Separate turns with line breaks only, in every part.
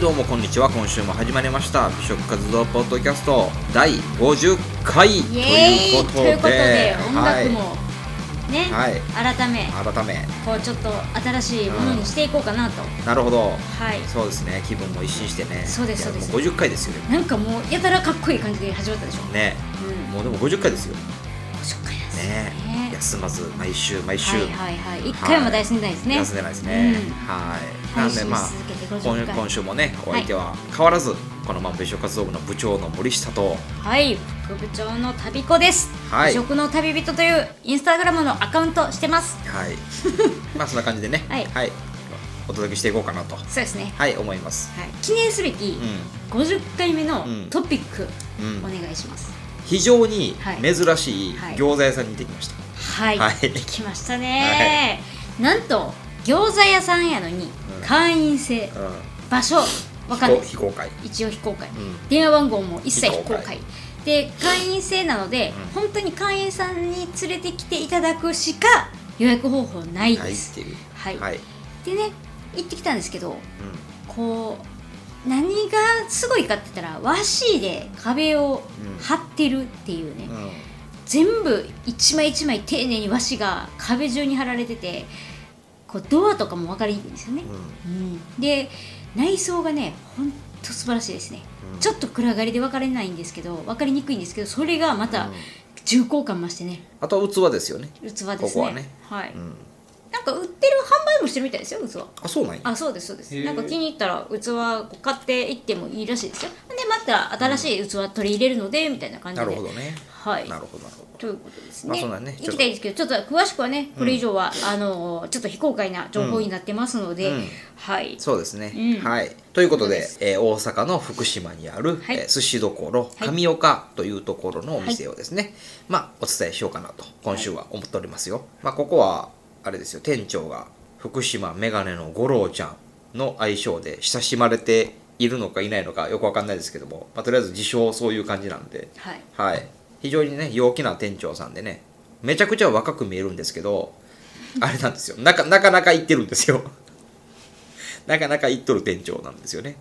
どうもこんにちは今週も始まりました美食活動ポッドキャスト第50回と
イエ
い
ー
う
イ
ことと
いう
で
ことで音楽も、ね、
はい
改め
はい、改め
こうちょっと新しいものにしていこうかなと、
なるほど
はい
そうですね気分も一新してね
そうですそうです
いやもう50回ですよ
なんかもうやたらかっこいい感じで始まったでしょ、
ね
うん、
もうでも50回ですよ
50回です
ね
ね
休まず毎週毎週、
はいはいはい一回も大休んでないですね、
休んでないですね、
うん
はいな
配
んで
信
まあ
し続けて
今週
50回
今週もねお相手は変わらず、このまま美食活動部の部長の森下 と
はい副部長の旅子です、
はい
食の旅人というインスタグラムのアカウントしてます
はい。まあそんな感じでね、
はい
お届けしていこうかなと、
そうですね、
はい思います。
はい、記念すべき
う
50回目の
うん
トピック
ん、
お
うん、
願いします、
非常に
はい
珍しい
はい
餃子屋さんに行ってきました。
はい、
はい
来ましたね、なんと餃子屋さんやのに
うん
会員制、場所わかんない
うん、非公開。
一応非公開、
うん
電話番号も一切非公
非公
開
開
で会員制なので、
うん
本当に会員さんに連れてきていただくしか予約方法ない
は
で
いっ
す、
ていう。
はい
はい。
でね行ってきたんですけどこう何がすごいかって言ったら和紙で壁を張ってるっていうね、
うん。うん。
全部一枚一枚丁寧に和紙が壁中に貼られててこうドアとかも分かりにくいんですよね、うん、で内装がねほんと素晴らしいですね、
うん
ちょっと暗がりで分かれないんですけど分かりにくいんですけどそれがま
う
た
ん
重厚感増してね
あとは器ですよね。
器ですね
ここはね
はい、
うん。
なんか売ってる販売もしてるみたいですよ器
あそうなんや。
あそうですそうです
へー
なんか気に入ったら器を買っていってもいいらしいですよでまた新しい器取り入れるのでみたいな感じ
な
で
るほどね。
はい
なるほどなるほ
ということです
まあ
ね。
そうだねちょっと
行きたいですけど、ちょっと詳しくはね、これ以上は、あのちょっと非公開な情報になってますので、
うんうん
はい
ど。。そうですね。
うん
はい。ということ
そう
で
で、す
えー大阪の福島にある、
はい
えー寿司どころ
はい
神岡というところのお店をですね、まあお伝えしようかなと今週は思っておりますよ。まあここはあれですよ店長が福島メガネの五郎ちゃんの愛称で親しまれているのかいないのかよくわかんないですけども、まあとりあえず自称そういう感じなんで、
はい。
はい、非常にね陽気な店長さんでねめちゃくちゃ若く見えるんですけどあれなんですよなかなかなか行ってるんですよ なかなか行っとる店長なんですよね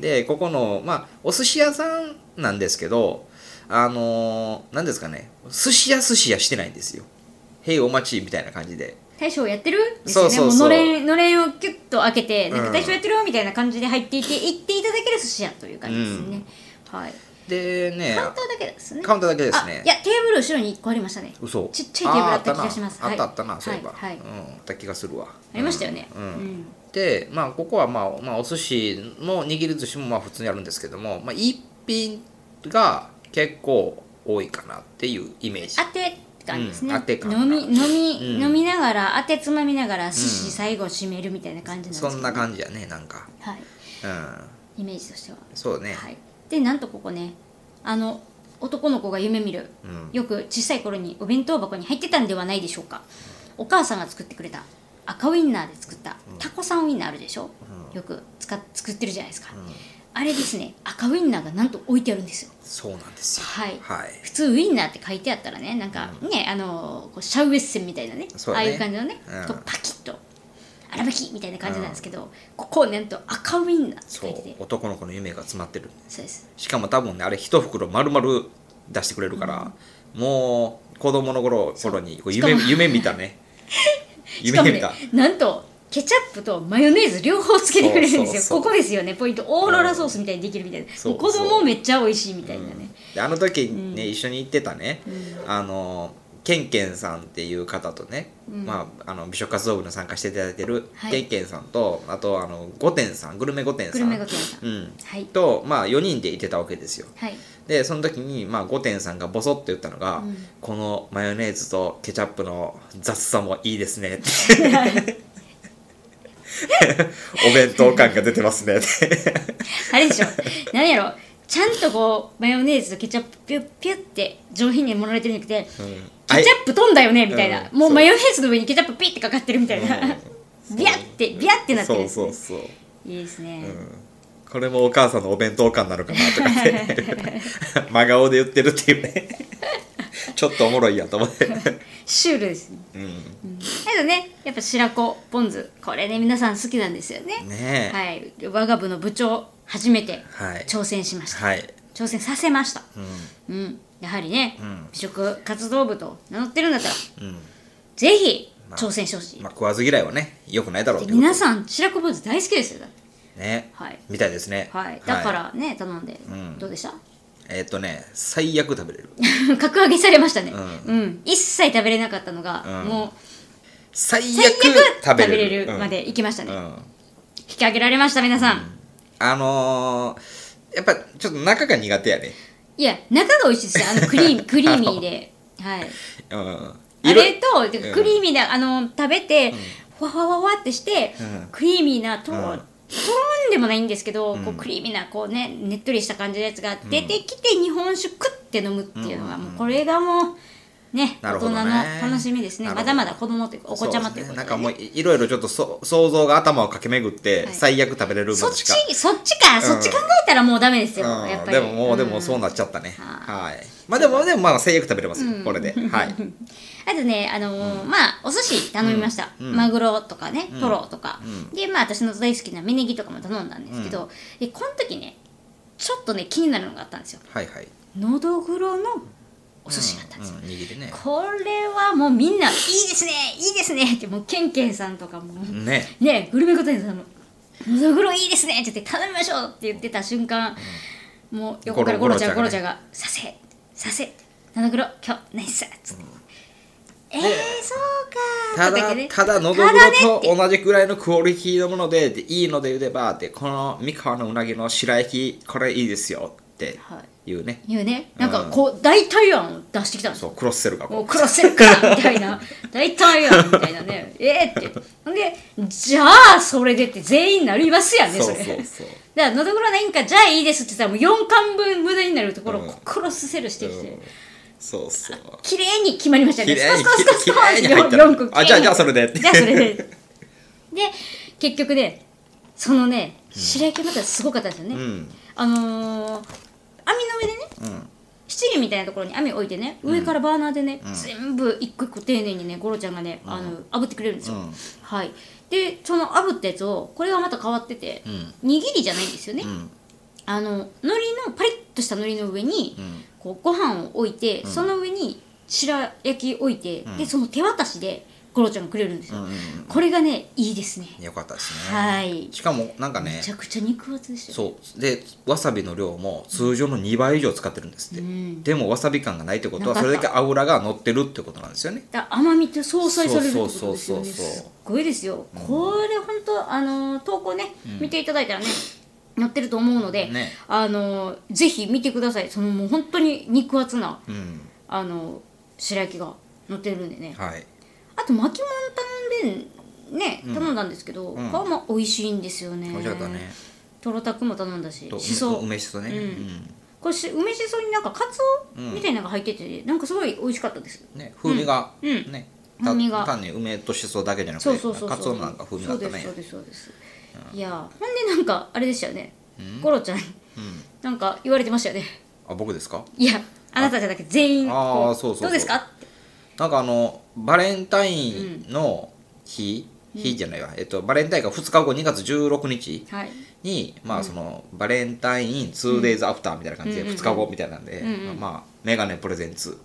でここのまあお寿司屋さんなんですけどあの何ですかね寿司屋寿司屋してないんですよ「へいお待ち」みたいな感じで
大将やってるです
そ
よ
う
ね。
そうそう
ものれんのれんをキュッと開けて、なん
う
か
ん
大将やってるみたいな感じで入っていて、行っていただける寿司屋という感じですね。はい。
でね
カウンターだけですね。
カウンターだけです
あ
ね
いやテーブル後ろに一個ありましたね。
嘘
ちっちゃいテーブルあった気がします。
あーあ
は
っ
い
たなあったあったなそういえば、
はい。はい
うん、あった気がするわ
ありましたよね。
うんうんで、まあ、ここは、まあまあ、お寿司も握り寿司もまあ普通にあるんですけども、まあ、一品が結構多いかなっていうイメージ
当て感ですね、
うん当て感
飲み飲み、
うん
飲みながら当てつまみながら寿司最後締めるみたいな感じなんですけ
そ
ど、
んな感じやねなんか
はい
うん
イメージとしては、
そうね、
はいでなんとここねあの男の子が夢見る、
うん
よく小さい頃にお弁当箱に入ってたんではないでしょうかお母さんが作ってくれた赤ウインナーで作ったタコさんウインナーあるでしょ、よく使っ作ってるじゃないですか、あれですね赤ウインナーがなんと置いてあるんですよ
そうなんですよ
はい
はい、
普通ウインナーって書いてあったらねなんかね、あのこうシャウエッセンみたいなね
そう
あ
だ
あ
ね
いう感じのね、
うん
こうパキッと荒引きみたいな感じなんですけど、ここなんと赤ウインナーって書
そ
いて
う
て
男の子の夢が詰まってる
そうです
しかも多分ねあれ一袋丸々出してくれるから、もう子供の頃頃にこう夢
しかも
夢見たね
しかも
夢見
ね
た、
なんとケチャップとマヨネーズ両方つけてくれるんですよ
そうそうそう
ここですよねポイントオーロラソースみたいにできるみたいな、
そう
もう子供めっちゃ美味しいみたいなね、
であの時ね、一緒に行ってたね、あのケンケンさんっていう方とね、まあ、あの美食活動部に参加していただいてる、
はい
ケンケンさんとあとあの御殿さんグルメ御殿さん
グルメ御殿さん
うん
はい
と、まあ、4人で行ってたわけですよ
はい
でその時に、まあ、御殿さんがボソッと言ったのが、このマヨネーズとケチャップの雑さもいいです ね」ってお弁当感が出て ますね」って
あれでしょ何やろちゃんとこうマヨネーズとケチャップピュッピュッって上品に盛られてるんじゃなくて、ケチャップ飛んだよねみたいな、
うん
もう
そう
マヨネーズの上にケチャップピッてかかってるみ たいな、
うん
ビャッてビャッてなってるん
そ
で
う
す
そ
ね
うそう
いいですね、
これもお母さんのお弁当感なのかなとかって 真顔で言ってるっていうね ちょっとおもろいやと思って、
シュールですね
うん、
あとねやっぱ白子ポン酢これね皆さん好きなんですよね
ねえ
はい我が部の部長初めて
はい
挑戦しました、
はい
挑戦させました
うん
うん、やはりね、
ん
美食活動部と名乗ってるんだったら
うん
ぜひ
まあ
挑戦してほしい、
まあ食わず嫌いはね良くないだろうってこと
皆さん白子ポン酢大好きですよだって
ね
はい
みたいですね
はい、だからね、頼んで、
ん
どうでした
えーっとね最悪食べれる
格上げされましたね、う
うん
一切食べれなかったのが、
うん
もう
最悪
最悪
食
食
べ
べ
れる
れるまで行きましたね、
うんうん
引き上げられました皆さん、
あのーやっぱちょっと中が苦手やね
いや中が美味しいですよあのクリ ームクリーミーではい
うん
あ
色
れとてか
うん
クリーミーな、あの食べて、ふわふわふわふわってして、
うん
クリーミーなと、
うん
とろんでもないんですけど、こうクリーミーなこうねねっとりした感じのやつが出てきて日本酒クッて飲むっていうのが、もうこれがもうね
な
大
るほ
人
どね
の楽しみですね
なるほ
ま
ど
だまだ子供というかお子ちゃまという
そ
こ
うですね
と
な
で
んかも
ね
ういいろいろちょっとそ想像が頭を駆け巡って、
い
最悪食べれるま
そっ
でし
ち
か
そっちか、
ん
そっち考えたらもうダメですよ、
うん
やっぱり
でももう、で
う
も
ん
そうなっちゃったねは
はい
まあでもでもまあ最悪食べれますよ、これではい
あとね、あのーまあお寿司頼みました、
うんうん
マグロとかねトロとか、
う
でまあ私の大好きな芽ネギとかも頼んだんですけど、でこの時ねちょっとね気になるのがあったんですよ
はいはい
のどぐろのお寿司があったん
う
ですよ、
ん握りね
これはもうみんな「いいですねいいですね」ってもうケンケンさんとかも
ね
ねグルメ御殿さんも「のどぐろいいですね」って言って「頼みましょう」って言ってた瞬間、もう横からゴ
ゴ
ロ
ロ
ちゃんゴ
ゴ
ロ
ロ
ち
ち
ゃ
ゃ
ん
ん
が「させさせ」のどぐろ今日ナイスさ」つって。えー、そう
た
かーとか
だ
ね
ただのどぐ
ただね
ろ
っ
と
て
同じくらいのクオリティのものででいいので言えばでこの三河のうなぎの白焼きこれいいですよっていうね、
言うねなんか
うん
こう大体案を出してきたんですよ
そうクロスセルが
もう
こ
クロスセルかみた いな大体やみたいなねえー、ってほんでじゃあそれでって全員なりますや
うん
ね
そ
そうれ
そうそう
だからのどぐろないんかじゃあいいですって言ったらもう4巻分無駄になるところを
うん
こうクロスセルしてきて、
うんそうそう
綺麗に決まりました
き
ね
れいに
スコスコスコスコ
きれいに入った
4個
あじゃあじゃあそれでって
じゃあそれでで結局ねそのね白焼きまたすごかったんですよね、
うん
あのー網の上でね
うん
七輪みたいなところに網置いてね上からバーナーでね、全部一個一個丁寧にねゴロちゃんがね、あの炙ってくれるんですよ、
うん
はいでその炙ったやつをこれがまた変わってて、
うん
握りじゃないんですよね、
うん
あの海苔のパリッとした海苔の上に、
ん
こうご飯を置いて、その上に白焼き置いて、でその手渡しでゴロちゃんがくれるんですよ、
うんうん
これがねいいですね
うん よかったですね
はい
しかもなんかね
めちゃくちゃ肉厚でしたよ
そうでわさびの量も通常の2倍以上使ってるんですって、
うん
でもわさび感がないってことは
なかっ
そ
た
れだけ油が乗ってるってことなんですよね
だから甘みって相殺されるってことですよ
そうそうそう
ね
そう
すっごいですよ、これ本当あのー投稿ね、見ていただいたらね載ってると思うので、
ね
あのーぜひ見てくださいそのもう本当に肉厚な
うん
あのー白焼きが載ってるんでね
はい
あと巻きもん頼んでんね頼んだんですけど、
ん
これも美味しいんですよね
美味しかったね
とろたくも頼んだし
と
しそ
梅梅しそね、
これし梅しそになんかカツオみたいなのが入ってて、なんかすごい美味しかったです
うんね風味が、
うん
ね
う
た
ん風味が
単に梅としそだけじゃなく
そうそう
て
そうそ
か
う
つおのなんか風味があったね
そうですそうですそうです、いやーほんでなんかあれでしたよね、ゴロちゃん、なんか言われてましたよね
あ僕ですか
いやあなたじゃなくて全員
あ
こ
あーそうそうそう
どうですかって
なんかあのバレンタインの日、日じゃないわ、えっと、バレンタインが2日後2月16日
はい
に、まあそのバレンタイン 2days after みたいな感じで2日後みたいなんで、まあメガネプレゼンツ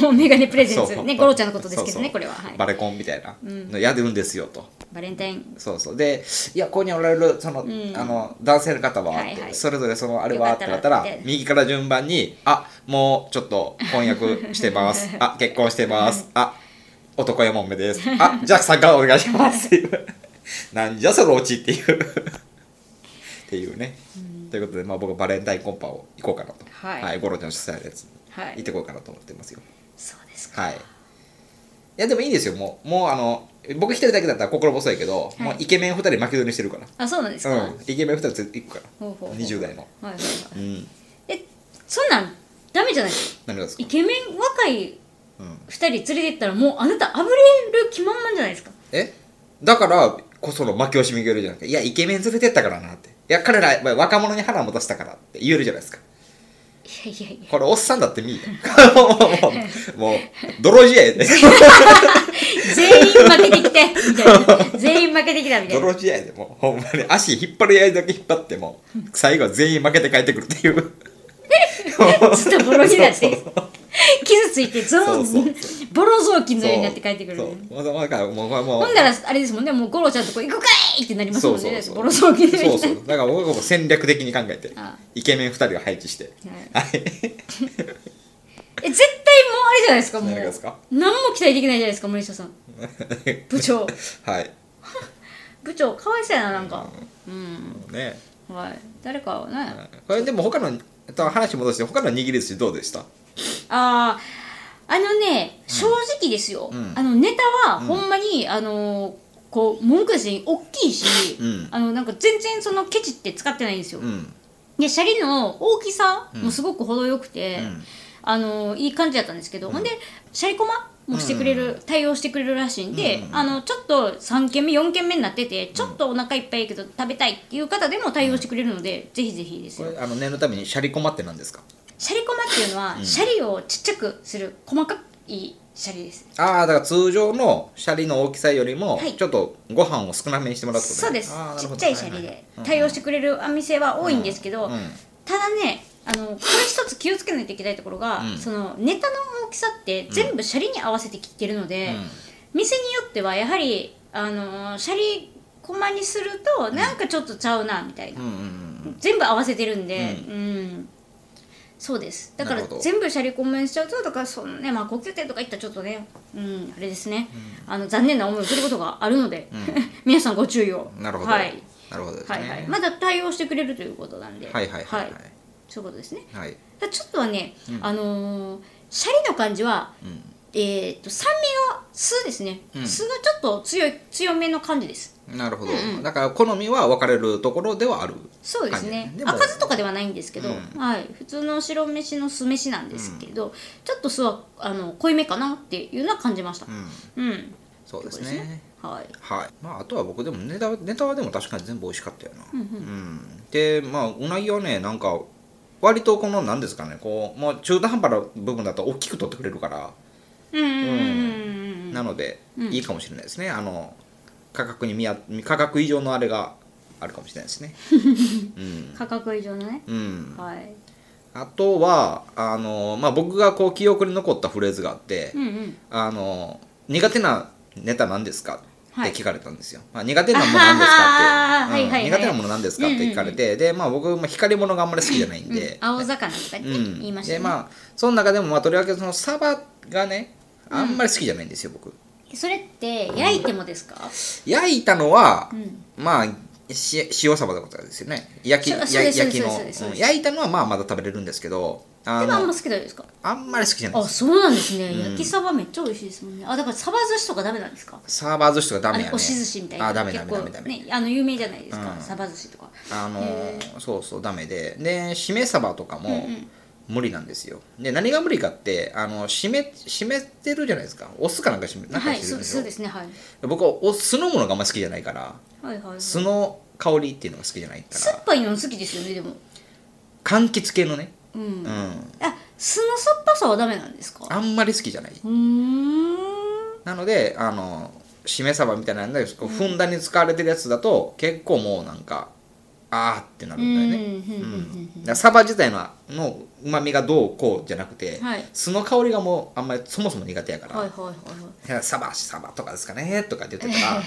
もうメガネプレゼン
そう
ツねゴロちゃんのことですけど
そうそ
ね
う
これは、はい、
バレコンみたいなのやるんですよと。
バレンタイン
そうそうでいやここにおられるその、あの男性の方は、
はいはい
それぞれそのあれ
よ
は
か
っ
った
て
ら
なったら
って
右から順番にあもうちょっと婚約してます あ結婚してますあ男やもんめですあじゃあ参加お願いします っていうなんじゃそのうちっていう っていうね、ということで、まあ、僕はバレンタインコンパを行こうかなと
はい
ゴロちゃんの主催のやつ
はい
行ってこようかなと思ってますよ
そうですか
はい。いや、でもいいですよ、もう、もうあの、僕一人だけだったら心細いけど、もうイケメン二人巻き添えにしてるから。
あそうなんですか、
うん、イケメン二人つ行くから。
ほうほうほう
20代の。
はいはいはい
うん。
えそんなんダメじゃないですか
何がですか
イケメン若い
うん
2人連れてったらもうあなたあぶれる気満々じゃないですか
えだからこその負け惜しみがいるじゃなくて、いや、イケメン連れてったからなって。いや、彼らまあ若者に腹持たせたからって言えるじゃないですか。
いやいやいや
これ、おっさんだって見えよもう、もう、もう泥仕合やで。
全員負けてきてみたいな全員負けてきたみたいな
泥仕合でもうほんまに足引っ張るやりだけ引っ張っても最後は全員負けて帰ってくるっていう
ずっとボロになって
そう
傷ついてゾ
そうそうそう
ーンボロ雑巾のようになって帰ってくる
そうそうだからもうこれもう
ほんならあれですもんねもうゴロちゃんとこ行くかいってなります
そ
も
うんそう
ね
そう
ボロ雑巾のよう
そうそ
になっ
う
て
だから僕はもう戦略的に考えて
ああ
イケメン2人を配置してはい
え絶対もうあれじゃないですかもう
何がですか
何も期待できないじゃないですか森下さん部長
はい
部長かわいそうやななんかうん、
ね
はい誰かはね、
これでも他のえっと話戻して他の握り寿司どうでした
あああのね正直ですよ、
ん
あのネタはほんまに、あのこう文句ですね大きいし、
うん
あのなんか全然そのケチって使ってないんですよ、
うん
でシャリの大きさもすごく程よくて、
うん
あのいい感じだったんですけど、ほんでシャリコマもしてくれる、対応してくれるらしいんで、あのちょっと3軒目4軒目になっててちょっとお腹いっぱいやけど食べたいっていう方でも対応してくれるので、ぜひぜひです
こ
よ
れあの念のためにシャリコマって何ですか
シャリコマっていうのは、シャリをちっちゃくする細かいシャリです
ああだから通常のシャリの大きさよりも
はい
ちょっとご飯を少なめにしてもらうってことね
そうです
あーな
ち
るほ
っ
ど
ちゃいシャリで対応してくれるお店は多いんですけど、
はいはいうん
ただねあのこれ一つ気をつけないといけないところが、
うん
そのネタの大きさって全部シャリに合わせて切ってるので、
うん
店によってはやはりあのシャリコマにするとなんかちょっとちゃうなみたいな
うん、うんうん
全部合わせてるんで
う
うん、そうですだか
な
ら
るほど
全部シャリコメにしちゃうとだからそのねまあ高級店とか行ったらちょっとねうんあれですね、あの残念な思いをすることがあるので、 皆さんご注意を
うんなるほど
はい、
なるほどですね
はいはいまだ対応してくれるということなんで
はいはいはい
そういうことですね
はいはい
ただちょっとはね、あのーシャリの感じは、えーっと酸味が酢ですね、酢がちょっと強い強めの感じです
なるほど、だから好みは分かれるところではある
そうですね
感じでも
赤酢とかではないんですけど、はい、普通の白飯の酢飯なんですけど、ちょっと酢はあの濃いめかなっていうのは感じましたうん、
そうです
そうで
ね
すねはい
はいまあ、あとは僕でもネタネタはでも確かに全部美味しかったよな、うんでまあうなぎはねなんか割とこの何ですかねこうもう中途半端な部分だと大きく取ってくれるから、
うんうんうんうん
なので、いいかもしれないですねあの価格に見合価格以上のあれがあるかもしれないですね
うん価格以上のね、
うん
はい
あとはあの、まあ、僕がこう記憶に残ったフレーズがあって、
うんうん
あの苦手なネタ何ですかっ
は
て
い
聞かれたんですよ、まあ、苦手なもの何ですか
あはは
って、
は
う
い
ん
はいはい
苦手なもの何ですかって聞かれて、でまあ僕も光り物があんまり好きじゃないんで、
青魚とかね、
うん
言いました
で
ね、
まあその中でもまあとりわけそのサバがねあんまり好きじゃないんですよ、僕
それって焼いてもですか、
焼いたのは、
ん
まあし塩サバってことですよね焼き
そう
や
そうです
焼きの
そうですそうですそう
う
で
ん
す
焼いたのはまあまだ食べれるんですけどあ
でもあん
の
ま好きじゃないですか
あんまり好きじゃない
あ
です
そうなんですね、焼きサバめっちゃ美味しいですもんねあだからサバ寿司とかダメなんですか
サーバー寿司とかダ
あ
メ
の
やね
押し寿司みたいな
あダメダ
結
メ
構
ダメダメ
ねあの有名じゃないですか、サバ寿司とか
あのーそうそうダメででしめ鯖とかも無理なんですよ、で何が無理かってあのしめしめてるじゃないですかお酢かなんかしめなん
は
か
い
してる
そ
ん
う
です
そ
よ、
うですねはい
僕はお酢のものがあんま好きじゃないから
はいはいはい
酢の香りっていうのが好きじゃないか
酸
ら
っぱいの好きですよねでも
柑橘系のね
うん、
うん、
あ酢の酸っぱさはダメなんですか
あんまり好きじゃないう
ーん
なのであのしめ鯖みたいなんだけどふんだんに使われてるやつだと結構もうなんかあーってなるんだよね、
うんうんうんうん
だからサバ自体ののうまみがどうこうじゃなくて、
はい
酢の香りがもうあんまりそもそも苦手やから、
はいはいはい
いやサバサバとかですかねとかって言ってたら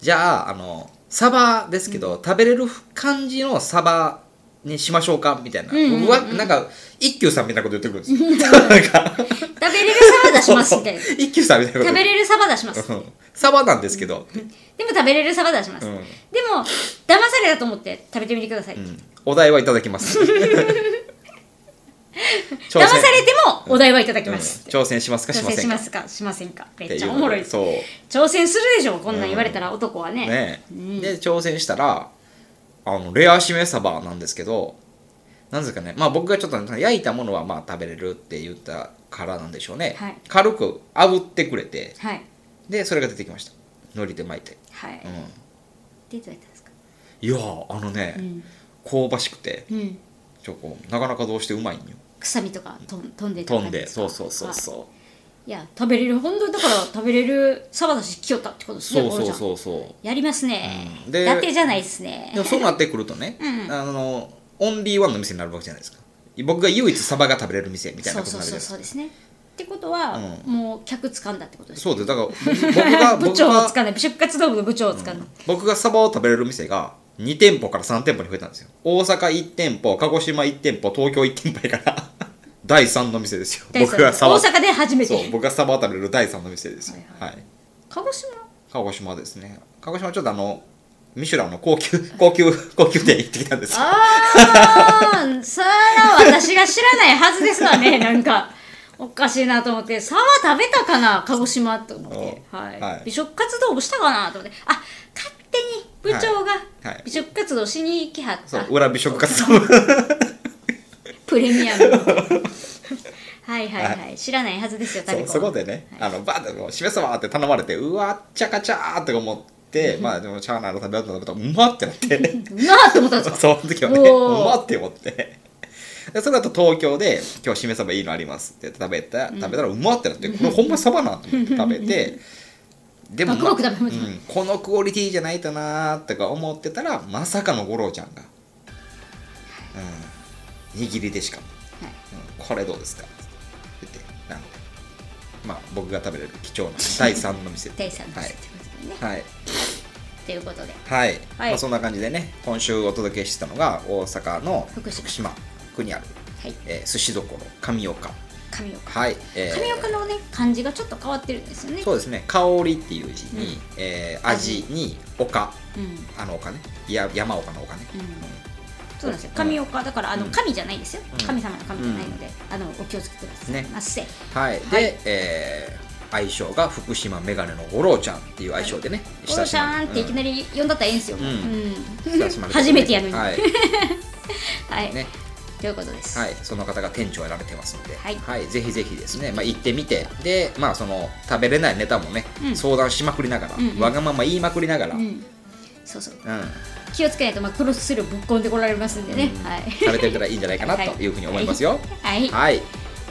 じゃああのサバですけど、食べれる感じのサバにしましょうかみたいな、僕はなんか一休さんみたいなこと言ってくるんですよなんか
食べれるサバ出しますみ たいな
一休さんみたいなこと
食べ
言って
れるサバ出します
うんサバなんですけど、
でも食べれるサバ出します、
うん
でも騙されたと思って食べてみてください、
うんお題はいただきます 挑
騙されてもお題はいただき
うん
ます、
挑戦しますかし
挑
ま
戦
せ
し
んか
ますかしませんかめ
って
っ
い
ち
うの
ゃお
で
もろいです
そう
挑戦するでしょこんなん言われたら男はね,、
ねで挑戦したらあのレアしめサバなんですけどなんですかねまあ僕がちょっと焼いたものはまあ食べれるって言ったからなんでしょうね、
はい
軽く炙ってくれて
はい
でそれが出てきました海苔で巻いて、
はい、
うん、
でどうやったんですか
いやーあのね、
ん
香ばしくて
うん
ちょこうなかなかどうしてうまいんよ
臭みとかとん飛んでた
飛
感
ん
じで
です
か
そうそうそうそう
いや食べれる本当にだから食べれるサバだし来よったってことですね
そう
ゴロ
そう
ちゃん
そうそう
やりますね、
うんで
伊達じゃないですね
でもそうなってくるとね、
うん
あのオンリーワンの店になるわけじゃないですか僕が唯一サバが食べれる店みたい
そ
な
う
こと
そ
に
う
なるじゃ
そ
な
う
いです
そ
か
うですねってことは、
う
もう客掴んだってことです
そうですだから僕が
部
僕
長を
が
掴んだ部活動部の部長を掴んだ、
僕がサバを食べれる店が2店舗から3店舗に増えたんですよ大阪1店舗鹿児島1店舗東京1店舗やから 第3の店ですよ
大
僕がサバ
阪で初めて
そう僕がサバを食べれる第3の店ですよ
はい
はい
鹿児島
鹿児島ですね鹿児島ちょっとあのミシュランの高級高級高級店行ってきたんですよ
ああそら私が知らないはずですわねな んかおかしいなと思って「沢食べたかな鹿児島」と思って、
お
はい
はい
美食活動をしたかなと思ってあ勝手に部長
いは
が
い
美食活動しに行きはった、
そう裏美食活動
プレミ アムはいはいはい、
は
知らないはずですよ
そ
旅
う
子
そこでね、あのバーッと「しめそば」って頼まれてうわっちゃかちゃーって思ってまあでもチャーナーの食べようと思ったらうまってなって
うまっと思ったんです か
その時はねう
おー
まって思ってでその後東京で「今日しめそばいいのあります」って食べた食べたらうまってなってこれほんまそばなんと思って食べてでも、
バクバク食べま
う
した
ん、このクオリティじゃないとなーとか思ってたらまさかの五郎ちゃんが、うん、握りでしかも
はい
うんこれどうですか?」って言ってなんかまあ僕が食べれる貴重な第3の店
第三の
は
店
い
ってことでね、
はい、
ということで
はい
はい
まあ、そんな感じでね今週お届けしてたのが大阪の
福島
福島区にある、
はい
えー寿司所神岡
神岡
はい、えー
神岡のね漢字がちょっと変わってるんですよね
そうですね香りっていう字に、
うん
えー味に丘
うんうん
あの丘ねいや山岡の丘ね、
そうなんですよ神岡だからあの
うん
神じゃないですよ、
うん
神様の神じゃないので、あのお気をつけください
ね
ませ、
はいで、えー愛称が福島メガネの五郎ちゃんっていう愛称でね、
ゴロシャーンっていきなり呼んだったらええんですよ、
うん
うん
親しまれてる
初めてやのには、
はいいね
ということです、
はい、その方が店長をやられてますので、
はい
ぜひぜひですね、まあ、行ってみてで、まあ、その食べれないネタもね、
うん
相談しまくりながら、
うんうん
わがまま言いまくりながら、
う
うん
ん、そうそう気をつけないと、まあ、クロスするぶっこんでこられますんでね、
うん
はい
食べてみたらいいんじゃないかな
はい
というふうに思いますよ。
はい、
はい、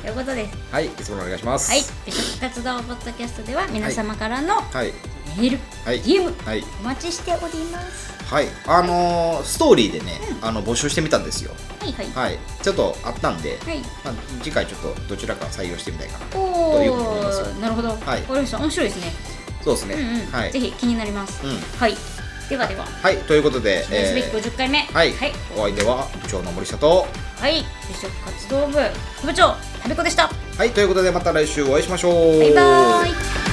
ということです
はい、いつものお願いします。
はい美食活動ポッドキャストでは皆様からの
はい、
メール、
はい
DM
はい、
お待ちしております
はいあのーストーリーでね、あの募集してみたんですよ。
はいはいは
はい、ちょっとあったんで、
い
まあ、次回ちょっとどちらか採用してみたいかな。
お
というふうに思いますよ
おなるほど、
はい
わかりました面白いですね
そうですね。
うんうん、
はい
ぜ、ひ気になります、
うん
はいではでは
はい、ということで、
記念すべき
えー
50回目、
はい、
はい、
お相手は部長の森下と。
はい、美食活動部副部長食べ子でした
はい、ということでまた来週お会いしましょう。
バイバーイ